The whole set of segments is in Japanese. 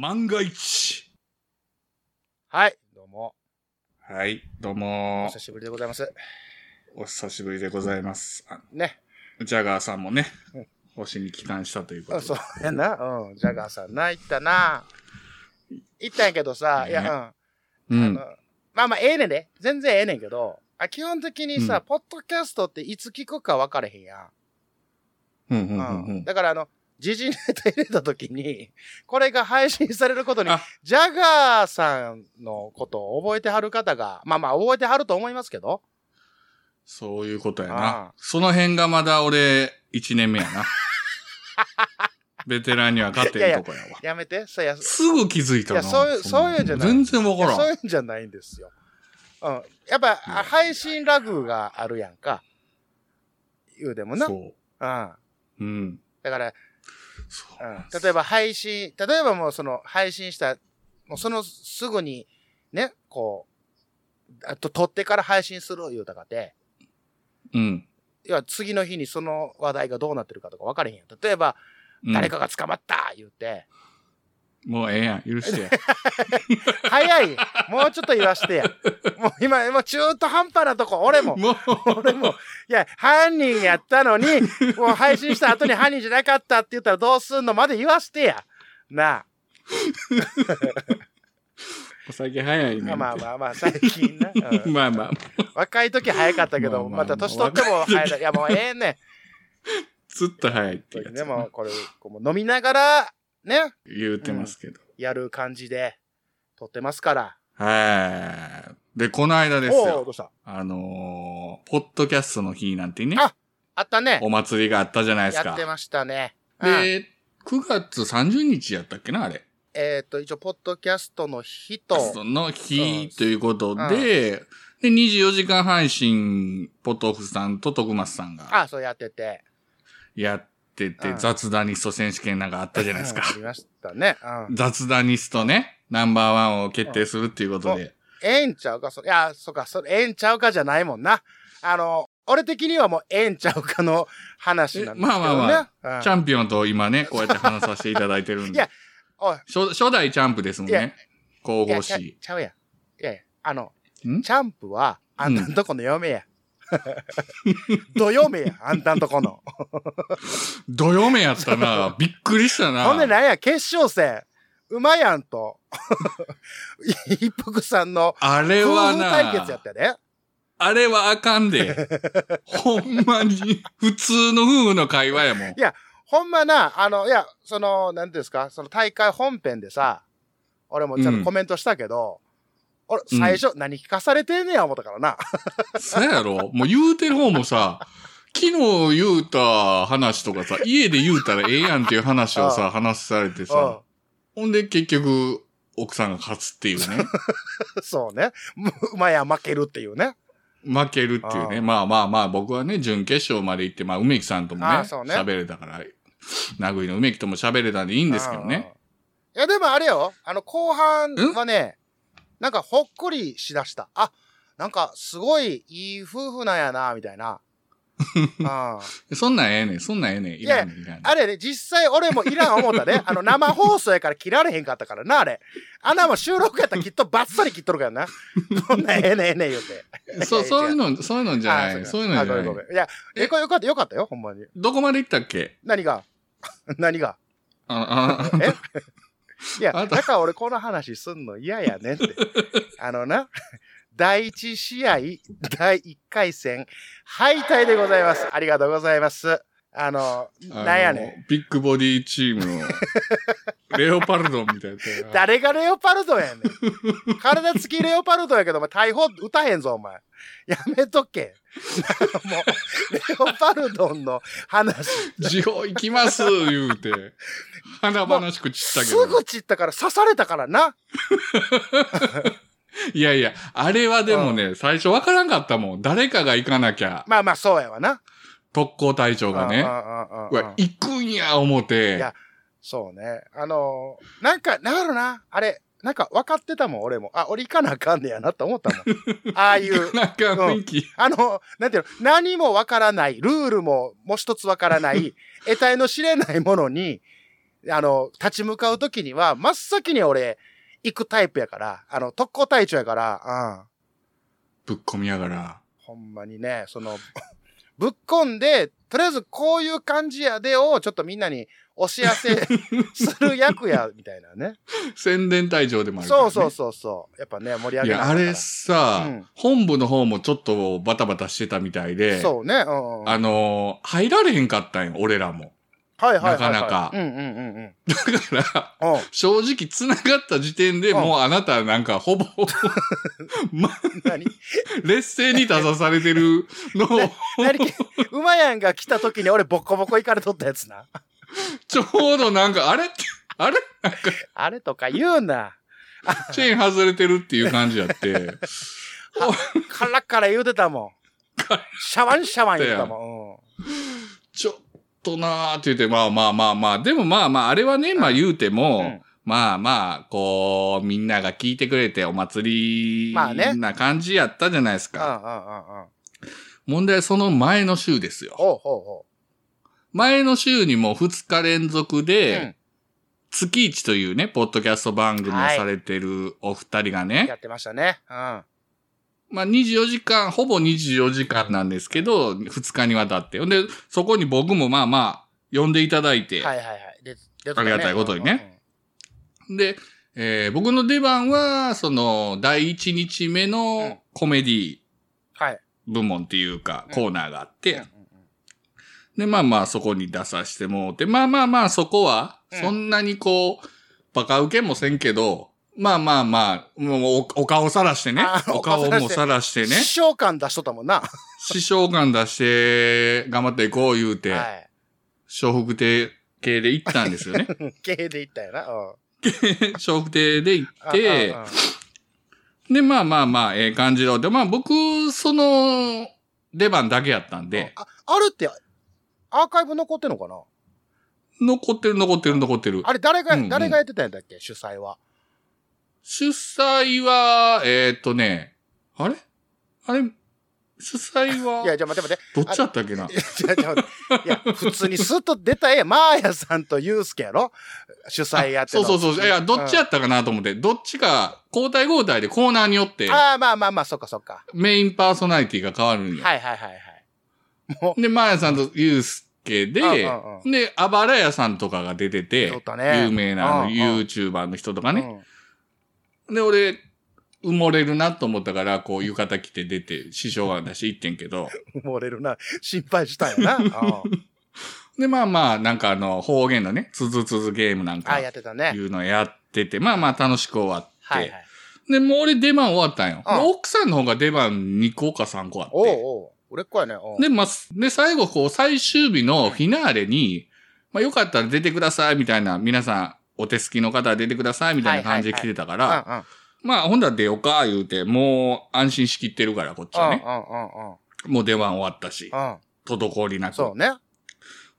万が一。はい、どうも。はい、どうおも久。しぶりでございます。お久しぶりでございます。あね。ジャガーさんもねうん、星に帰還したということうん、で。そうやな。うん、ジャガーさんな、行ったな。行ったんやけどさ、いねや、ううん。んあ。のまあまあ、ええねんで。全然ええねんけど、あ基本的にさ、うんポッドキャストっていつ聞くか分からへんやん。うんううんうんうん。だからあの、時事ネタ入れた時に、これが配信されることにあ、ジャガーさんのことを覚えてはる方が、まあまあ覚えてはると思いますけど、そういうことやあなあ。その辺がまだ俺、一年目や な。ベテランには勝てんとこやわ。やめて、そうや、すぐ気づいたな。いやそういうなそういうんじゃない全然わいやから。そうんいうんじゃないんですよ。うん。やっぱ、いやあ配信ラグがあるやんか。言うでもな。うん。そだう。うん。から、そうう。ん、例えば配信、例えばもうその配信した、もうそのすぐに、ね、こう、あと撮ってから配信する言うたかて、うん。要は次の日にその話題がどうなってるかとか分かれへんやん。例えば、うん誰かが捕まった言うて、もうええやん。許 してや。早いもうちょっと言わしてや。もう今、もう中途半端なとこ、俺も。もう、俺も、いや、犯人やったのに、もう配信した後に犯人じゃなかったって言ったらどうすんのまで言わしてや。なお酒早いねんあ。て。ま あまあまあま あ、最近な。うんまあまあ、若い時早かったけど、まあまあまあまた年取っても早い。いや、もうええねずっと早いってやん。つでも、これ、こうもう飲みながら、ね、言うてますけど。やる感じで、撮ってますから。はい。で、この間ですおお、よ。どうしたあのー、ポッドキャストの日なんてねあ、あったね。お祭りがあったじゃないですやっかて。ましたね。うんで、9月30日やったっけな、あれ。えっと、一応、ポッドキャストの日と、その日ということうんで、で、24時間配信、ポトフさんと徳松さんがあ、そうやってて。やっててう、ん雑談リスト選手権なんかあったじゃないですかうん。ありましたね。うん。雑談リストね、ナンバーワンを決定するっていうことで。ええんちゃうかそいや、そっか、それ、ええんちゃうかじゃないもんな。あの、俺的にはもう、ええんちゃうかの話なんですけえど、ね。まあまあまう んチャンピオンと今ね、こうやって話させていただいてるんいで。やおい初初代チャンプですもんいやね。神いや々ちゃしい。ちゃうやん。いやいや、あの、んチャンプは、あんたんとこの嫁や。ど嫁や、あんたんと この。どよめやった な。びっくりしたな。ほんでなんや、決勝戦、馬やんと、 一服さんのあれ夫は婦対決なやっ、たよね。あれはあかん で。ほんまに、普通の夫婦の会話やもんや。ほんまな、あの、いや、その、なんていうんですか、その大会本編でさ、俺もちゃんとコメントしたけど、俺、うん最初、何聞かされてんねや思ったからな。そやろもう言うてる方もさ、昨日言うた話とかさ、家で言うたらええやんっていう話を さ、話されてさ、ほんで結局、奥さんが勝つっていうね。うん そうね。もう馬や負けるっていうね。負けるっていうあね。あまあまあまあ、僕はね、準決勝まで行って、まあ、梅木さんともね、ああそうね喋、れたから、名古屋の梅木とも喋れたんでいいんですけどね。うん。いや、でもあれよ、あの、後半はね、なんかほっこりしだした。あ、なんかすごいいい夫婦なんやな、みた いな。うん、あそんなんええねん、そんなんええねん。いらんねん、いらんねん。れね、実際俺もいらん思 ったね。あの、生放送やから切られへんかったからな、あれ。あんなもん収録やったらきっとバッサリ切っとるから な。こんなんええねんええねん言うて。そう、いやいやそういうの、そういうのじゃあない。そういうのあじごゃめんなごいめ。ん。いや、えよかった、よかったよ、ほんまに。どこまで行ったっけ何が 何がああえいや、あだとから俺この話すんの嫌やねんって。あのな、第1試合、第1回戦、敗退でございます。ありがとうございます。あの、あの なんやねビッグボディチーム の、レオパルドンみたいなやつやん。な。誰がレオパルドやね ん。体つきレオパルドやけど、お前、大砲撃たへんぞ、お前。やめとけ。もう、レオパルドンの話、地方行きます、言うて。華々しく散ったけすど。ぐ散ったから刺されたからな。いやいや、あれはでもね、最初わからんかったもん。誰かが行かなきゃ、まあまあ、そうやわな。特攻隊長がうんね。うんうんうんうんうわ、行くんや、思て。いやそうね。あのーなんか、なるな。あれ、なんか分かってたもん、俺も。あ、俺行かなあかんねやなって思ったもん。 ああい う、なんか雰囲気。あの、なんていうの、何 も分からない、ルールももう一つ分からない、得体の知れないものに、あの、立ち向かうときには、真っ先に俺、行くタイプやから、あの、特攻隊長やから、ぶっ込みやがら。うん。ほんまにね、その、 ぶっこんで、とりあえずこういう感じやでを、ちょっとみんなにお知ら せする役や、みたいなね。宣伝隊長でもあるから、そね。うそうそうそう。やっぱね、盛り上げいなや、あかあんかられさ、うん本部の方もちょっとバタバタしてたみたいで、そうね。うんうん。あのー入られへんかったんよ、俺らも。はいはいはいはい。なかなかうんうんうんうん。だから、うん正直繋がった時点でうんもうあなたなんかほぼ、 ま、何劣勢に立たされてるの を、何馬やんが来た時に俺ボッコボコ行かれとったやつな。ちょうどなんか、あれって、あれあれとか言うな。チェーン外れてるっていう感じやって。カラッカラ言うてたもん。シャワンシャワン言うてたもちょっとなーって言って、まあまあまあまあ、でもまあまあ、あれはね、まあ言うても、うんまあまあ、こう、みんなが聞いてくれてお祭りまあねな感じやったじゃないですん。うん。か。うんうんうんうん。問題はその前の週ですよ。ほうほうほ前の週にも2日連続う。で、月一というね、ポッドキャスト番組をされてるお二人がね、うん。やってましたね。うん。まあ24時間、ほぼ24時間なんですけど、2日にわたって。ほんで、そこに僕もまあまあ、呼んでいただいて、はいはいはい。で、出とったありがたいことにね。で、えー僕の出番は、その、第1日目うんのコメディうんうんはい。部門っていうか、うんコーナーがあって、うんうんうんで、まあまあ、そこに出させてもらって、まあまあまあ、そこは、うんそんなにこう、バカ受けもせんけど、まあまあまあ、もうお、お顔さらしてねあ、ーお顔お顔もさらしてね、師匠感出しとったもんな。は師匠感出して、頑張っていこう言うて、い。笑福亭系で行ったんですよ ね。経営で行ったよな。うん笑福亭で行っあ。てうんうん、で、まあまあまあ、ええ感じろ。で、まあ僕、その、出番だけやったんで、あ、あるって、アーカイブ残ってんのかな残ってる残ってる残ってる。あれ誰が、うんうん誰がやってたんだっけ主催は。主催は、えーっとね、あれあれ主催いや、は、じゃあ待って待って。どっちだったっ けないや、ちょちょいや普通にスッと出た絵、マーヤさんとユウスケやろ主催やってそうそうそう。いや、どっちやっったかなと思って、どっちか交代交代でコーナーによってて、ああ、まあまあまあ、そっかそっか。メインパーソナリティが変わるんよ。はいはいはいはい。もで、マーヤさんとユうスケで、うんうんうで、あばらやさんとかが出てう、てちょっ、とね。有名なあのうんうん YouTuber の人とかね。うんで、俺、埋もれるなと思ったから、こう、浴衣着て出て、師匠が出して行ってんけど。埋もれるな。心配したん やな。うんで、まあまあ、なんかあの、方言のね、つづつづゲームなんあかあ、、やってたねい。うのやってて、まあまあ楽しく終わって。はいはい。で、もう俺出番終わったんよ。うんで奥さんの方が出番2個か3個あっおうて。おう、俺っ子やね。うんで、まあ、で、最後、こう、最終日のフィナーレに、まあ、よかったら出てください、みたいな、皆さん、お手すきの方出てください、みたいな感じで来てたから、うんうんまあ、ほんだら出ようか、言うて、もう安心しきってるから、こっちはね。うんうんうんもう出番終わったし、うん。うん。滞りなく。そうね。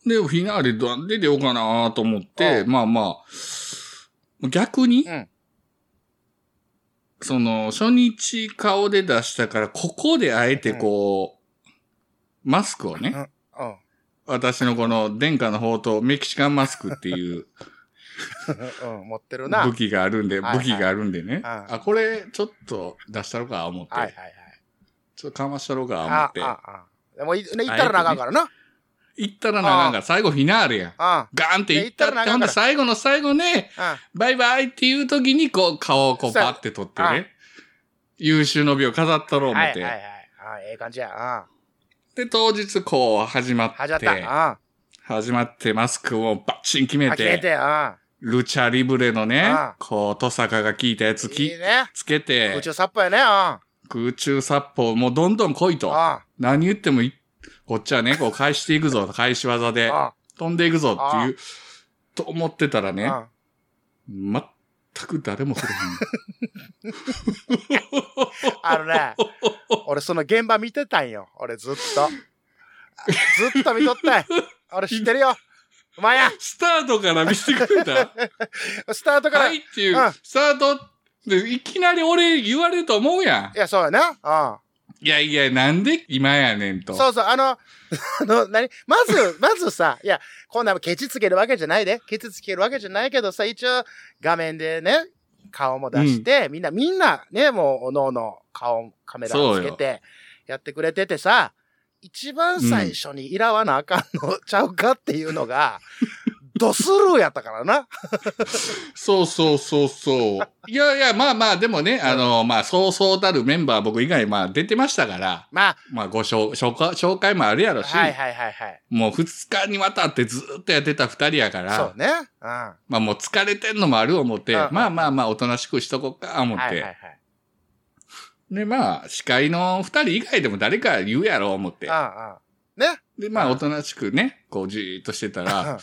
で、フィナーレどんで出ようかなと思って、うまあまあ、逆に、うんその、初日顔で出したから、ここであえてこう、マスクをね、うん。私のこの殿下の宝刀、メキシカンマスクって いううん、 持ってるな。はい武器があるんで、はいはい武器があるんでね、うんあ、これちょっと出したろか、思って、はいはい。ちょっとかましたろか、思あっあ、て、ああ。でも、い行ったらなあかんからな。行ったらな、なんあか最後フィナーレやん。うん。ガーンって行ったって、いや行ったらなあかほんんからで最後の最後ね、うんバイバイっていう時に、こう、顔をこう、そうパって取ってあね、優秀の美を飾ったろう思はいっはて、いはい。あええ感じや。で、当日、こう、始まうん。始っまった。うて、ん。始まって、マスクをバッチン決めあ、決めて、て、うん。ルチャリブレのねあ、こう、トサカが効いたやつきいいね。つけて空、中殺法やね、う空中殺法、もうどんどん来いん。と。あ何言ってもい、こっちは ね、こう、返していくぞ、返し技で、あ、飛んでいくぞっていう、と思ってたらね、あ全く誰も触れへん。あ のね、俺その現場見てたんよ。俺ずっと。ずっと見とっ たんよ。俺知ってるよ。お前や、スタートから見せてくれ たスタートから。はいいっていううん、スタートでいきなり俺言われると思うやや、そうやな。うん。ん。いやいや、なんで今やねんと。そうそう、あの、あ の、何まず、まずさ、いや、こんなケチつけるわけじゃないで。ケチつけるわけじゃないけどさ、一応、画面でね、顔も出して、みんな、みんな、ね、もう、おのおの顔、カメラをつけそうて、やってくれててさ、一番最初にいらわなあかんのちゃうかっていうの が、ドスルーやったからな。そうそうそうそう。いやいや、まあまあ、でもね、あの、まあ、そうそうたるメンバー僕以外、まあ、出てましたから、ままあ、ご紹紹介紹介もあるやろあ、し、はいはいはいはい。もう2日にわたってずっとやってた二人やかそらう、ね。うん。はまあもう疲れてんのもある思って、うんうんまあまあまあ、おとなしくしとこうか、思いって。はいはい。で、まあ、司会の二人以外でも誰か言うやろ、思ってう。んうん。ね。で、まうあ、んおとなしくね、こう、じーっとしてたうらん、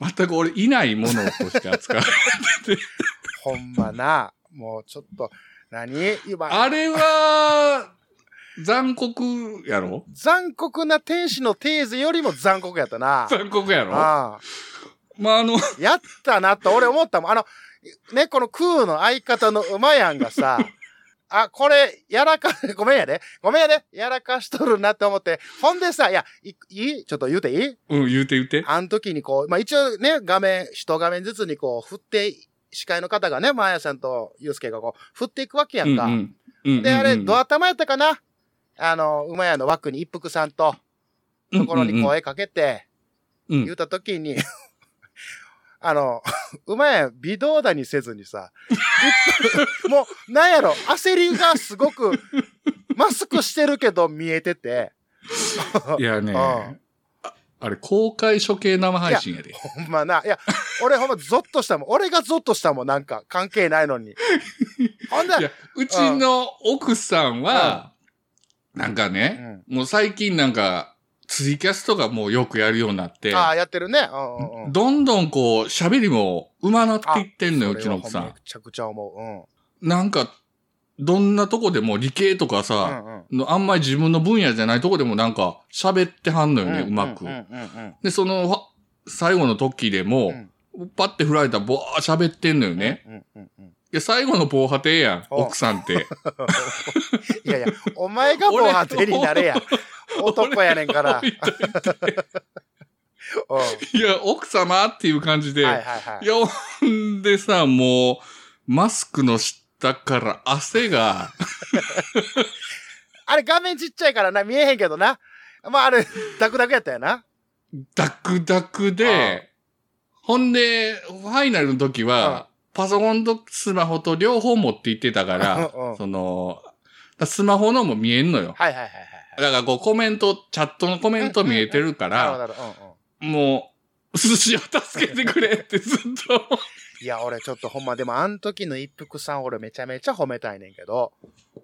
全く俺、いないものとして扱う。ほんまな。もうちょっと、何今、 あれは、残酷やろ残酷な天使のテーゼよりも残酷やっ たな。残酷やろああまあ、あの、やったなと俺思ったもん。あの、ね、この空の相方の馬やん がさ、あ、これ、やらか、 ごめんやで。ごめんやで。やらかしとるなって思って。ほんでさ、いや、いいいちょっと言うていいうん、言うて言うて。あの時にこう、まあ一応ね、画面、一画面ずつにこう、振って、司会の方がね、マーヤさんとユうスケがこう、振っていくわけやんか。うんうんで、あれ、ドドアア頭やったかなあの、馬屋の枠に一服さんと、のところにう声かけて、うん言った時に、 あの、 うまい、微動だにせずにさ、 もう、なんやろ、焦りがすごく、マスクしてるけど見えてて、んいやね、うんああれ、公開処刑生配信やで。ほんまな、いや、俺ほんまゾッとしたもん、俺がゾッとしたもん、なんか、関係ないのに。ほんいで、や、うちの奥さんは、なんかうね、ん、もう最近なんか、ツイキャスとかもうよくやるようになって、ああ、やってるね。うんうんうん。どんどんこう、喋りもうまなっていってんのよ、うちそれのは奥ほんさまめん。ちゃくちゃ思う。うん。なんか、どんなとこでも理系とかさ、うんうんのあんまり自分の分野じゃないとこでもなんか喋ってはんのよね、んうまくん。んうんうんで、その、わ最後の時でも、パッて振られたらぼー喋ってんのよね。。うんうんうんうんいや、最後の防波堤やん、お奥さん って。いやいや、お前が防波堤になれや。男やねんから。俺が 置いといてうんはいや、奥様っていう感じで。いいはいはい。や、ほんでさ、もう、マスクの下から汗が、あれ画面ちっちゃいからな、見えへんけどな。まああれ、ダクダクやったよな。ダクダクで、ほんで、ファイナルの時うんは、パソコンとスマホと両方持って行ってたか うんうらん、その、スマホのも見えんのよ。はいはいはいはい。だからこうコメント、チャットのコメント見えてるかなるほどら、なるほど。うんうんもう、寿司を助けてくれってずっと。いや、俺ちょっとほんま、でもあん時の一服さん俺めちゃめちゃ褒めたいねんけど、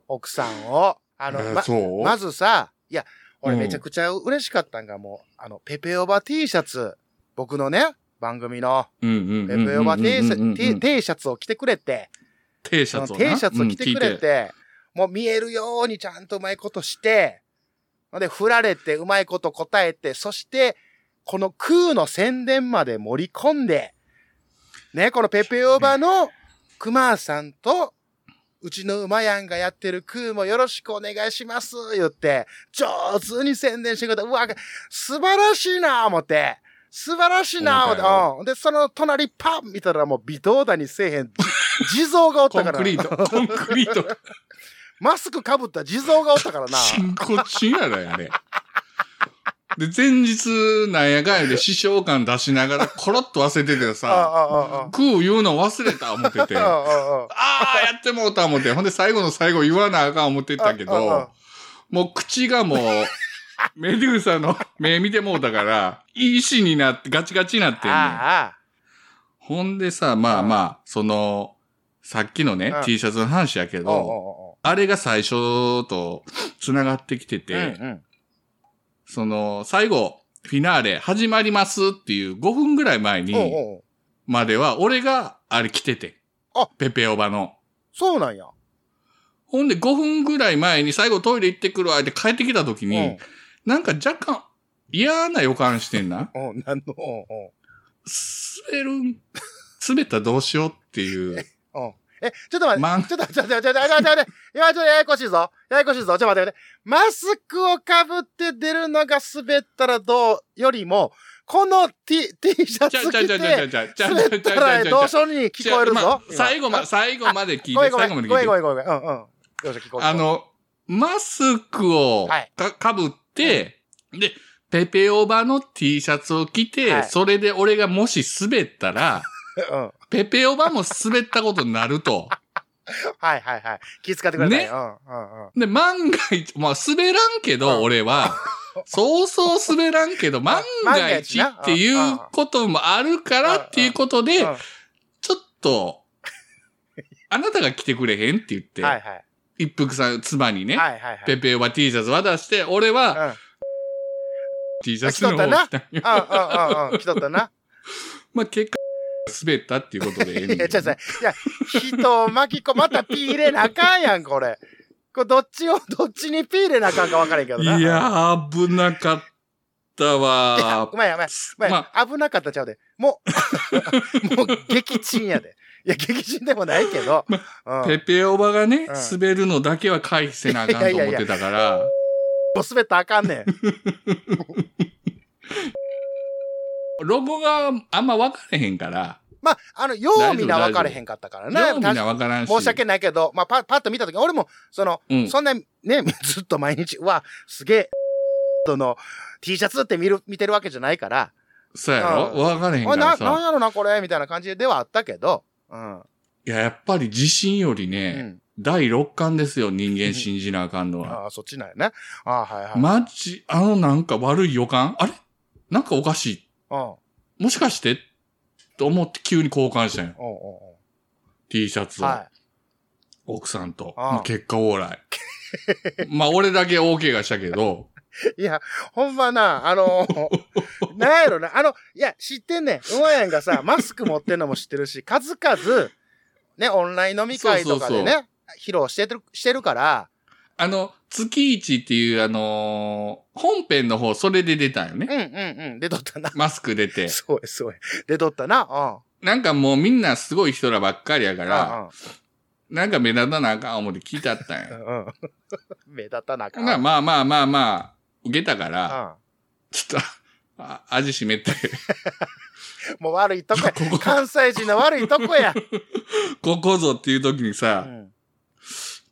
奥さんを。 あの、ま、そうまずさ、いや、俺うんめちゃくちゃ嬉しかったんが、もう、あの、ペペオバ T シャツ、僕のね、番組のうんうんペうんうんペオバ T シうんうんうんャ T- T シャツを着てくれて、 T シそャのツをな T シャツを着てくれうん聞いて、もう見えるようにちゃんとうまいことして、ほんで、振られてうまいこと答えて、そして、この空の宣伝まで盛り込んで、ね、このペペオバのクマさんと、うちの馬やんがやってる空もよろしくお願いします、言って、上手に宣伝してくれた。うわ、素晴らしいな、思って。素晴らしいな、思思ったって。うん。で、その隣パン見たらもう微動だにせえへん。じ地蔵がおっコたンから。クリート、コンクリート。マスクかぶった地蔵がおったからな。深呼吸やろ、あれ。で、前日、なんやかんやで、師匠感出しながら、コロッと忘れててああさ、ああああ。食う言うの忘れた思ってて、ああああああ、やってもうた思って、ほんで最後の最後言わなあかん思ってたけあああど、もう口がもう、メデューサ の目見てもうたから、いい石になって、ガチガチになってんねん。あほんでさ、まあうんまあ、その、さっきのねうん、 T シャツの話やけあ。おうど、おあれが最初と繋がってきてうおう。うんて、うんその、最後、フィナーレ始まりますっていう5分ぐらい前に、おうおうまでは、俺があれ着てて。あペペオバの。そうなんや。ほんで5分ぐらい前に最後トイレ行ってくるわって帰ってきた時に、うん。なんか若干嫌な予感してんなうん。なんの。おうおう 滑るん、滑ったらどうしようっていう。うんえ、ちょっと待って、まんちょっと、ちょっと、ちょっと、ちょっと、待って待って、いや、ちょっとややこしいぞ。ややこしいぞ。ちょっと待って待って。マスクをかぶって出るのが滑ったらどうよりも、この T、T シャちゃツうちゃう着ちゃうちて、ゃうちゃうちゃう滑ちゃっうちたゃらうちゃどううしように聞こえるまあぞ。最後ま、最後まで聞いて、ごめんごめ最ん後までご聞めんごいめんごめん。うんうん。よろしく聞こて。えあ、る。の、マスクをはいかかぶって、で、ペペオバの T シャツを着て、はいそれで俺がもし滑った ら、うん。はいペペオバも滑ったことになると。はいはい。気遣ってくれたね。ねうんうんうん。で、万が一、まあ、滑らんけど、俺は、そうそう滑らんけど、万が一っていうこともあるからっていうことで、うんちょっと、あなたが来てくれへんって言って、はいはい。一服さん、妻にね、はいはいはい。ペペオバ T シャツ渡して、俺うん。はうん T シャツの方を着たんよ。うんうんうん。来とった な。まあ、結果、滑ったっていうことでええねんいけや、ちょどっと待っていや、人を巻き込む、またピー入れなあかんやん、これ。これ、どっちを、どっちにピー入れなあかんか分からへんけどな。いや、危なかったいや、わご。めんや、ごめん。ごめん、ま危なかったちゃうで。もう、も う激沈やで。いや、激沈でもないけど。うん。ペペオバがね、うん滑るのだけは回避せなあかんと思ってたから、もう滑ったらあかんねん。ロゴがあんま分かれへんから、まあ、あの、ようみな分かれへんかったからようね。みんな分からんし。申し訳ないけど、まあ、パパッと見たとき、俺も、その、うんそんな、ね、 ずっと毎日、うわ、すげえ、 その、T シャツって見る、見てるわけじゃないから、そうやろうん分からへんあかな、らなんさ。やろな、これ、みたいな感じではあったけど、うん。いや、やっぱり自信よりうね、ん。第六感ですよ、人間信じなあかんのは。ああ、そっちなんやね。ああ、はいはい。マジ、あのなんか悪い予感あれなんかおかしい。うん。おうもしかしてと思って急に交換したんよ。おうお T シャツう。を。は奥さんと。ああまあ結果往来。まあ俺だけ大怪我したけど。 い。いや、ほんまな、あ のーなんやろな、あの、いや、知ってんねん。うまやんがさ、マスク持ってんのも知ってるし、数々、ね、オンライン飲み会とかでね、そ披露してる、してるから、あの、月一っていうあのー本編の方それで出たんようんね。うんうん、出とったな。マスク出て。そうや、そうや。出とったな。なんかもうみんなすごい人らばっかりやかうん。ら、なんか目立たなあかん思って聞いてあったん うよ。んうん。うん目立たなあかだん。からまあまあまあまあ、受けたから、うんちょっと、あ味し めて、もう悪いとこや。ここ関西人の悪いとこや。 ここぞっていう時にうさ、ん。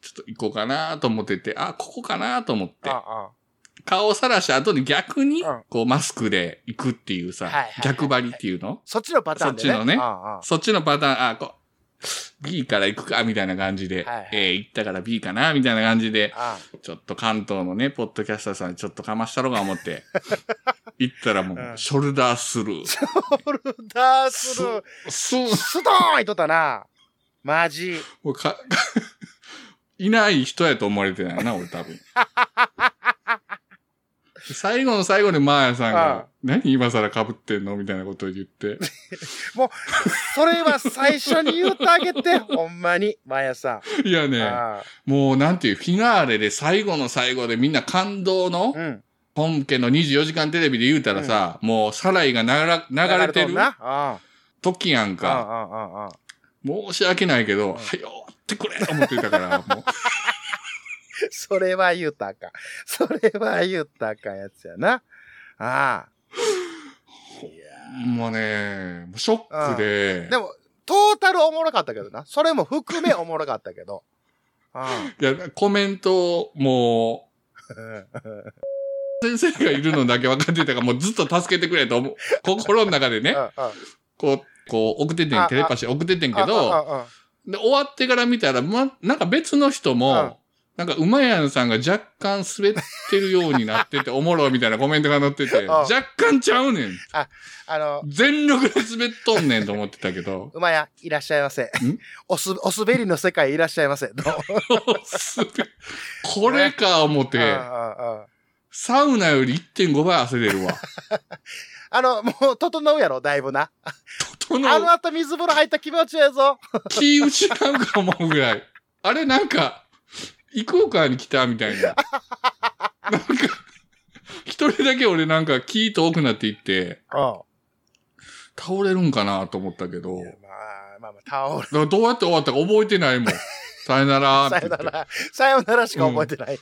ちょっと行こうかなと思ってて、あ、ここかなと思って、あ顔をさらした後に逆にうん、こうマスクで行くっていうさ、はいはいはい逆張りっていうのそっちのパターンでそっね。ちのねうんうんそっちのパターン、あ、こう、B から行くか、みたいな感じで、はいはいえー行ったから B かな、みたいな感じで、あちょっと関東のね、ポッドキャスターさんにちょっとかましたろうが思 って、行ったらもうんう、ショルダースルー。あ。ホルダースルー。スースドーンいっとったな。マジ。もうか、 いない人やと思われてないな、俺多 分。最後の最後にマーヤさんああが、何今更被ってんのみたいなことを言って。それは最初に言うてあ げて。ほんまに、マヤさいやん。ね、ああもうなんていう、フィナーレで最後の最後でみんな感動のう、ん。本家の24時間テレビで言うたらさ、もうサライが流ら流れてとんるな。あ時やんあ。あか、あ。ああ。申し訳ないけど、んはよってくれと思ってた から、もう。それは言うたらあかん。それは言うたらあかんやつやな。ああ。いやもうね、もうショックで。でも、トータルおもろかったけどな。それも含めおもろかったけ ど。うんいや、コメント、もう、先生がいるのだけ分かってたから、もうずっと助けてくれと思う、心の中でね、こう、こう、送っててあん、テレパシー送っててんけど、ど、で、終わってから見たら、ま、なんか別の人も、なんか、馬やんさんが若干滑ってるようになってて、おもろいみたいなコメントが載ってて、あ若干ちゃうねん。あの、全力で滑っとんねんと思ってたけど、 馬や、いらっしゃいませ。おす、お滑りの世界いらっしゃいませ。どう滑これか思っうんうんて、うんサウナより1.5倍汗出るわ。あの、もう、整うやろ、だいぶな。整うあの後水風呂入った気持ちやぞ。気失うか思うぐらい。あれなんか、異空間に来たみた いな。なんか、一人だけ俺なんか気遠くなっていって、うん。倒れるんかなと思ったけどいや、まあ、まあまあ、タオル。だからどうやって終わったか覚えてないも ん。さよならさってよ言なって。ら、さよならしか覚えてない。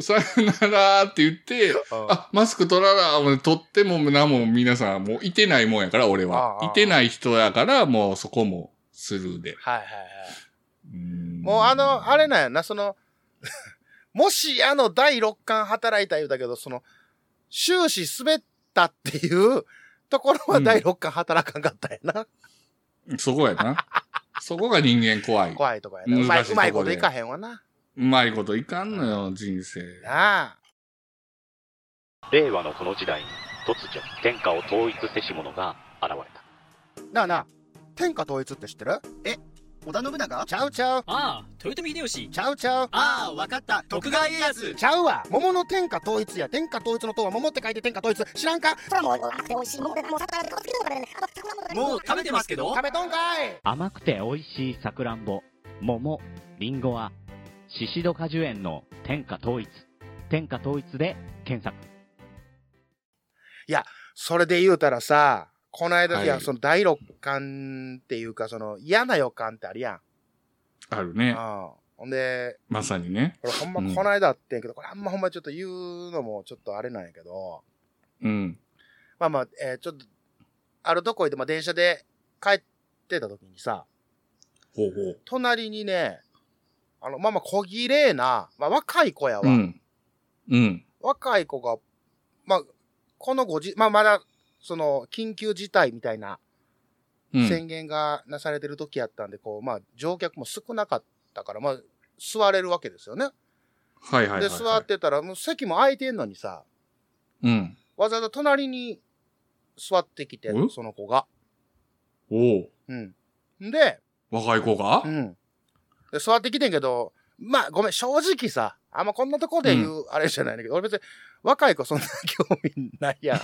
さよならって言って、うんあ、マスク取らな、もう取っても何も皆さん、もういてないもんやから、俺はあ。あいてない人やから、もうそこもスルーで。はいはいはい。うんもうあの、あれなんやな、その、 もしあの第六感働いた言うたけど、その、終始滑ったっていうところはうん第六感働かんかったやな。そこや な。そこが人間怖い。怖いとこやな。うまい難しいとこでことうまいこといかへんわな。うまいこといかんのよ、人生。なあ。令和のこの時代に突如天下を統一せし者が現れたなあなあ、天下統一って知ってる織田信長ちゃうちゃう、ああ、豊臣秀吉。ちゃうちゃう。ああわかった徳川家康ちゃうわ桃の天下統一や天下統一の塔は桃って書いて天下統一知らんかそれはもう甘くて美味しいもので、もう魚で顔つけるのからね、あと桜ものでねもう食べてますけど食。べとんかい甘くて美味しいさくらんぼ、桃、りんごは、シシド果樹園の天下統一。天下統一で検索。それで言うたらさこの間、はいい、やその第六感っていうかその嫌な予感ってあるやん、あるね。うんほんでまさにね。これほんまうんこの間あってんけど、これあんまほんまちょっと言うのもちょっとあれなんやけどうん。まあまあ、えーちょっとあるとこ行って、まあ、電車で帰ってた時にさほうほう。隣にねあのまあまあ小綺麗な、まあ、若い子やうわ、ん。うん。若い子が、まあ、このごじ、まあ、まだ、その、緊急事態みたいなうん。宣言がなされてる時やったんで、こう、まあ、乗客も少なかったから、まあ、座れるわけですよね。はいはいはいはい。で、座ってたら、もう席も空いてんのにさ、うん。わざわざ隣に座ってきてう、んその子が。おう。うん。んで、若い子がうん。で、座ってきてんけど、まあ、ごめん、正直さ、あんまこんなとこで言う、あれじゃないんだけど、俺別に、若い子そんな興味ない やん。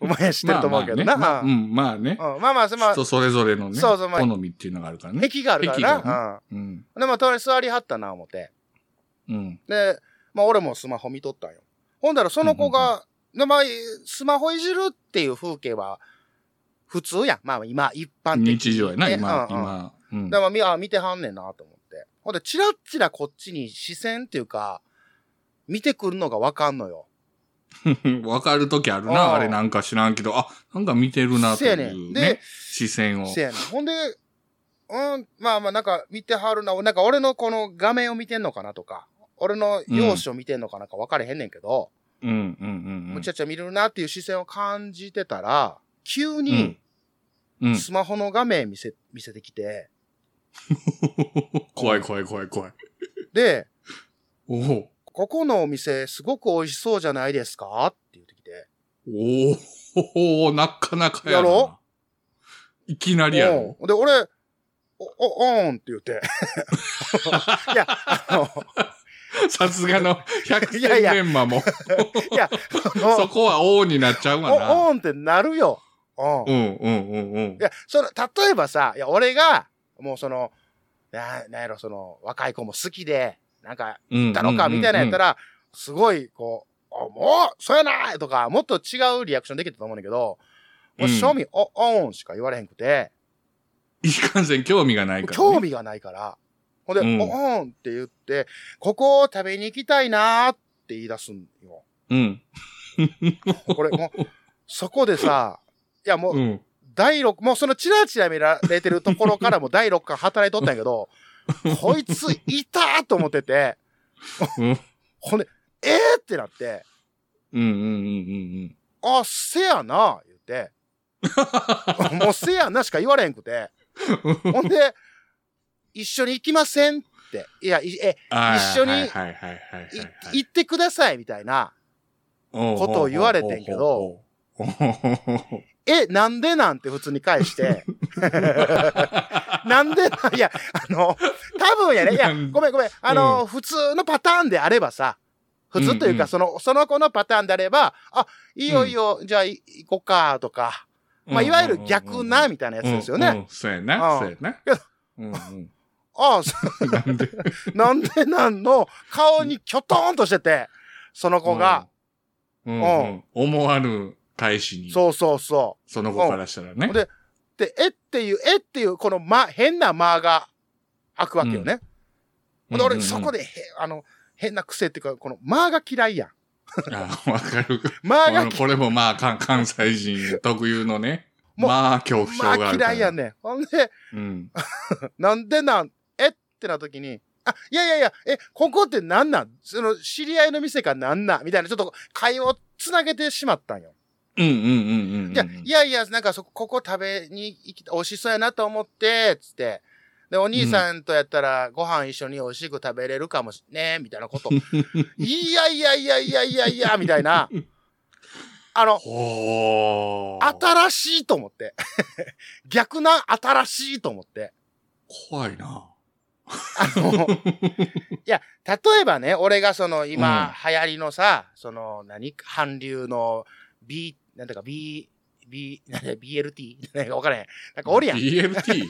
お前知ってると思うけどな。まあまあねまあうん、まあね。うん、まあまあ、そまあ、人それぞれのね、そうそうまあ好みっていうのがあるからね。壁があるから壁がな。うん。うん。で、まあ、隣に座りはったな、思って。うん。で、まあ、俺もスマホ見とったんよ。ほんだら、その子が、で、まあ、スマホいじるっていう風景は、普通やん。まあ、今、一般的。日常やな、ね今、うんうん今。うんで、まあ、みあ見てはんねんな、と思って。ほんで、チラッチラこっちに視線っていうか、見てくるのがわかんのよ。 わかるときあるあな、ああれなんか知らんけど、あ、なんか見てるな、とせやねいんうでね、視線を。せやねん。ほんで、うん、まあまあ、なんか見てはるな、なんか俺のこの画面を見てんのかなとか、俺の容姿を見てんのかなんか分かれへんねんけど、うん、うん、うん。うむんちゃくちゃ見れるなっていう視線を感じてたら、急うにん。 うん。スマホの画面見せ、見せてきて、怖い怖い怖い怖い。で、おおここのお店すごく美味しそうじゃないですかって言ってきて、おおおなかなかややなろいきなりやろうんで、俺、お、お、おーんって言って。 いや、あの、さすがの百いやい戦や錬磨も。いや、そこは王になっちゃうお、わな。おーんってなるよ。うん。うんうんうんうんい。や、その、例えばさ、いや、俺が、もうその、な、なんやろ、その、若い子も好きで、なんか、うんだろか、みたいなやったら、すごい、こう、あもう、そうやないとか、もっと違うリアクションできたと思うんだけど、うもう、ん正味、お、おんしか言われへんくて、いかんせん興味がないから、ね。興味がないから、ほんで、うんお、おんって言って、ここを食べに行きたいなーって言い出すんよ。うん。これ、も う、そこでさ、いや、もうう、ん。第六、もうそのチラチラ見られてるとこ ろからも第六感働いとったんやけど、こいついたーと思っててうん、ほんで、えーってなって、うんうんうんうんあ、せやな、言 って、もうせやなしか言われへんくて、うん。ほんで、一緒に行きませんって、いや、いえ、あー一緒にはいはいはいはいいはい行ってくださいみたいな、ことを言われてんけど。おうおうおうおうおうえ、なんでなんて普通に返して、 なんでなんいや、あの、多分やね。いやな、んごめんごめん。あの、普通のパターンであればさ、普通といううんうか、んその、その子のパターンであれば、あ、いいようんいいよ、じゃあい行こうか、とか、まあ、いわゆる逆な、みたいなやつですようんうね。んそうやうんな、そうやなや。うんうんああ、そなんで、なんでなんの顔にキョトーンとしてて、その子が、うん、うんうん思わぬ返しに、そうそうそう。その子からしたらね。でって、えっていう、えっていう、この間、変な間が開くわけうよね。んでうん俺、うんそこで、へあの、変な癖っていうか、この間が嫌いやん。あわかる。間がこれこれもまあ、関関西人特有のね。もうまあ、恐怖症まがああるから。嫌いやねん。ほんで、うん。なんでなん、えってな時に、あ、いやいやいや、え、ここってなんなんその、知り合いの店かなんなんみたいな、ちょっと会話をつなげてしまったんよ。うんうんうんうんうん。いや、いやいや、なんかそこ、ここ食べに行き、美味しそうやなと思って、つって。で、お兄さんとやったら、ご飯一緒に美味しく食べれるかもしね、みたいな こと。いやいやいやいやいやいや、みたいな。あの、ほー。新しいと思って。 逆なん新しいと思って。怖いな。あ の、いや、例えばね、俺がその今流行りのさ、その何韓流の B、なんだか B、B、なんだ BLT? なんか分からへん。なんかおるやん。い BLT?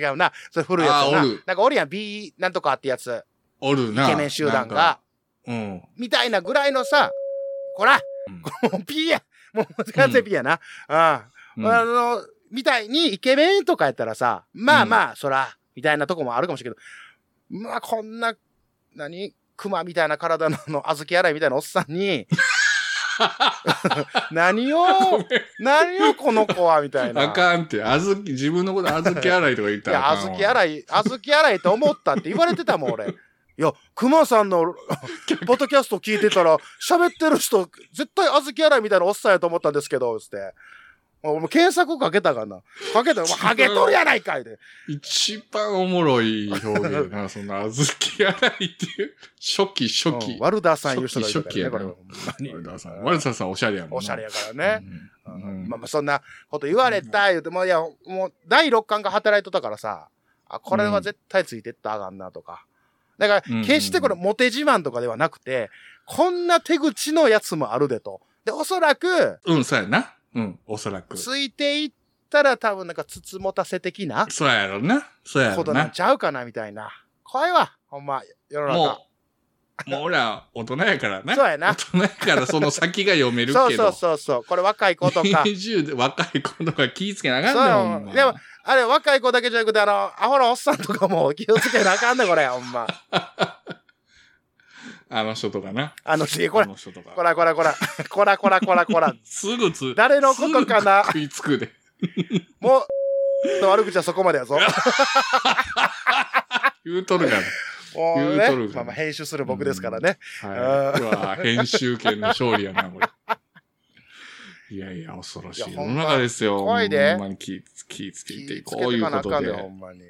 や、違うな。それ古いやつあやーなおる。なんかおるやん。B なんとかってやつ。おるな。イケメン集団なんかが。。うん。みたいなぐらいのさ、こら、うんこれもう B や。もう完全 B やな。あうんあの、みたいにイケメンとかやったらさ、まあまあ、そら、みたいなとこもあるかもしれんけど、まあこんな、何熊みたいな体のあの小豆洗いみたいなおっさ んに、何を、何をこの子は、みたいな。あかんって、あずき、自分のことあずき洗いとか言っいたらや、あ小かんわ。豆洗 い、小豆洗いと思ったって言われてたもん、俺。いや、熊さん のポッドキャスト聞いてたら、喋ってる人、絶対小豆洗いみたいなおっさんやと思ったんですけど、つって。俺も検索かけたかな。かけた ら、お前ハゲとるやないかいで。一番おもろい表現だな、そのあずき洗いっていう。初期、初う期ん。ワルダーさん言う人がいる初期やなからね、これ。ワルダーさん。ワルダーさんおしゃれやもんな。おしゃれやからね。う。うんうんんまあまあ、そんなこと言われた、言うて、もういや、もう、第六感が働いとったからさ、あ、これは絶対ついてったらあかんなとか。だからうん、決してこれ、モテ自慢とかではなくて、こんな手口のやつもあるでと。で、おそらく、うん、そうやな。うん、おそらく。ついていったら多分なんか、つつもたせ的なそうやろな。そうやろことなんな。ちゃうかな、みたいな。怖いわ、ほんま、世の中。もう、もう俺ら大人やからな。そうやな大人やからその先が読めるけど。そうそうそうそう。これ若い子 とか。 20で若い子とか気ぃつけなあそうかんねん。ほんまでもあれ、若い子だけじゃなくて、あの、アホのおっさんとかも気をつけなあかんね、これ、ほんま。あの人とかな。あの、えこあれ、の人とこか。らこらこら、こらこらこらこら、すぐつ、誰のことかなすぐ食いつくで。もう、の悪口はそこまでやぞ。言うとるから。もう 言うねとる、まあまあ編集する僕ですからね。はい。うわ編集権の勝利やな、これ。いやいや、恐ろしいいや世ほのんま中ですよ。怖いでほんまに気ぃつ気ぃつけ気ていぃこつけうていうかなあこかとんね、で、ほんまに。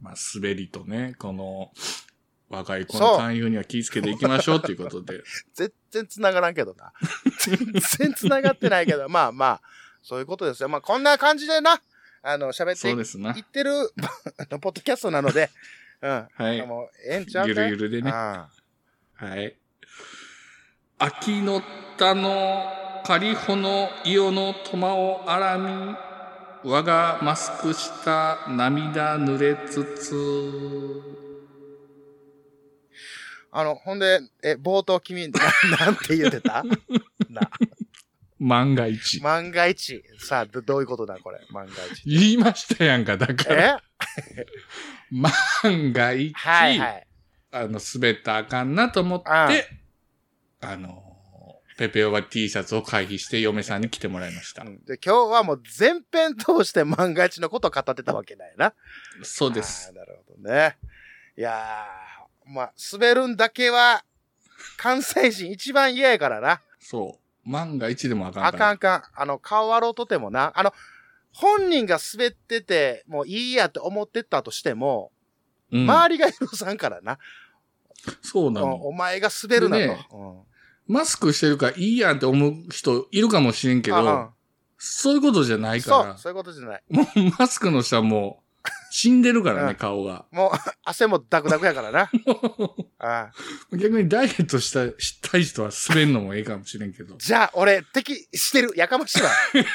まあ、滑りとね、この、若い子の勧誘には気ぃつけていきましょうということ で。全然繋がらんけどな。全然繋がってないけど、まあまあ、そういうことですよ。まあ、こんな感じでな、あの、喋ってそういですな言。ってる、あのポッドキャストなので、うん。はい。もう、ええんちゃうかゆるゆるでねあはい。秋の田の仮穂の伊予の苫をあらみ、我がマスクした涙濡れつつ。あの、ほんで、え、冒頭君、ななんて言ってたな、万が一。万が一。さあ、どどういうことだ、これ。万が一。言いましたやんか、だから。え万が一、はいはい。あの、滑ったらあかんなと思って、あの、ペペオが T シャツを回避して嫁さんに来てもらいましたう。んで今日はもう全編通して万が一のことを語ってたわけだよな。そうであす。ー。なるほどね。いやー、まあ、滑るんだけは、関西人一番嫌やからな。そう。万が一でもあかんあからかんあかん。あの、顔割ろうとてもな。あの、本人が滑ってて、もういいやって思ってたとしても、うん周りが許さんからな。そうなうんの。お前が滑るなと。でねうんマスクしてるからいいやんって思う人いるかもしれんけあど、そういうことじゃなうんいそう、かそういうことじゃない。ら。もうマスクの下もう死んでるから うね、ん顔が。 もう、汗もダクダクやからな。ああ逆にダイエットしたしたい人は滑るのもええかもしれんけど。じゃあ、俺、敵してる。やかましいわ。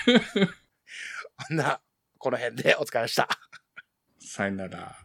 ほんな、この辺でお疲れでした。さよなら。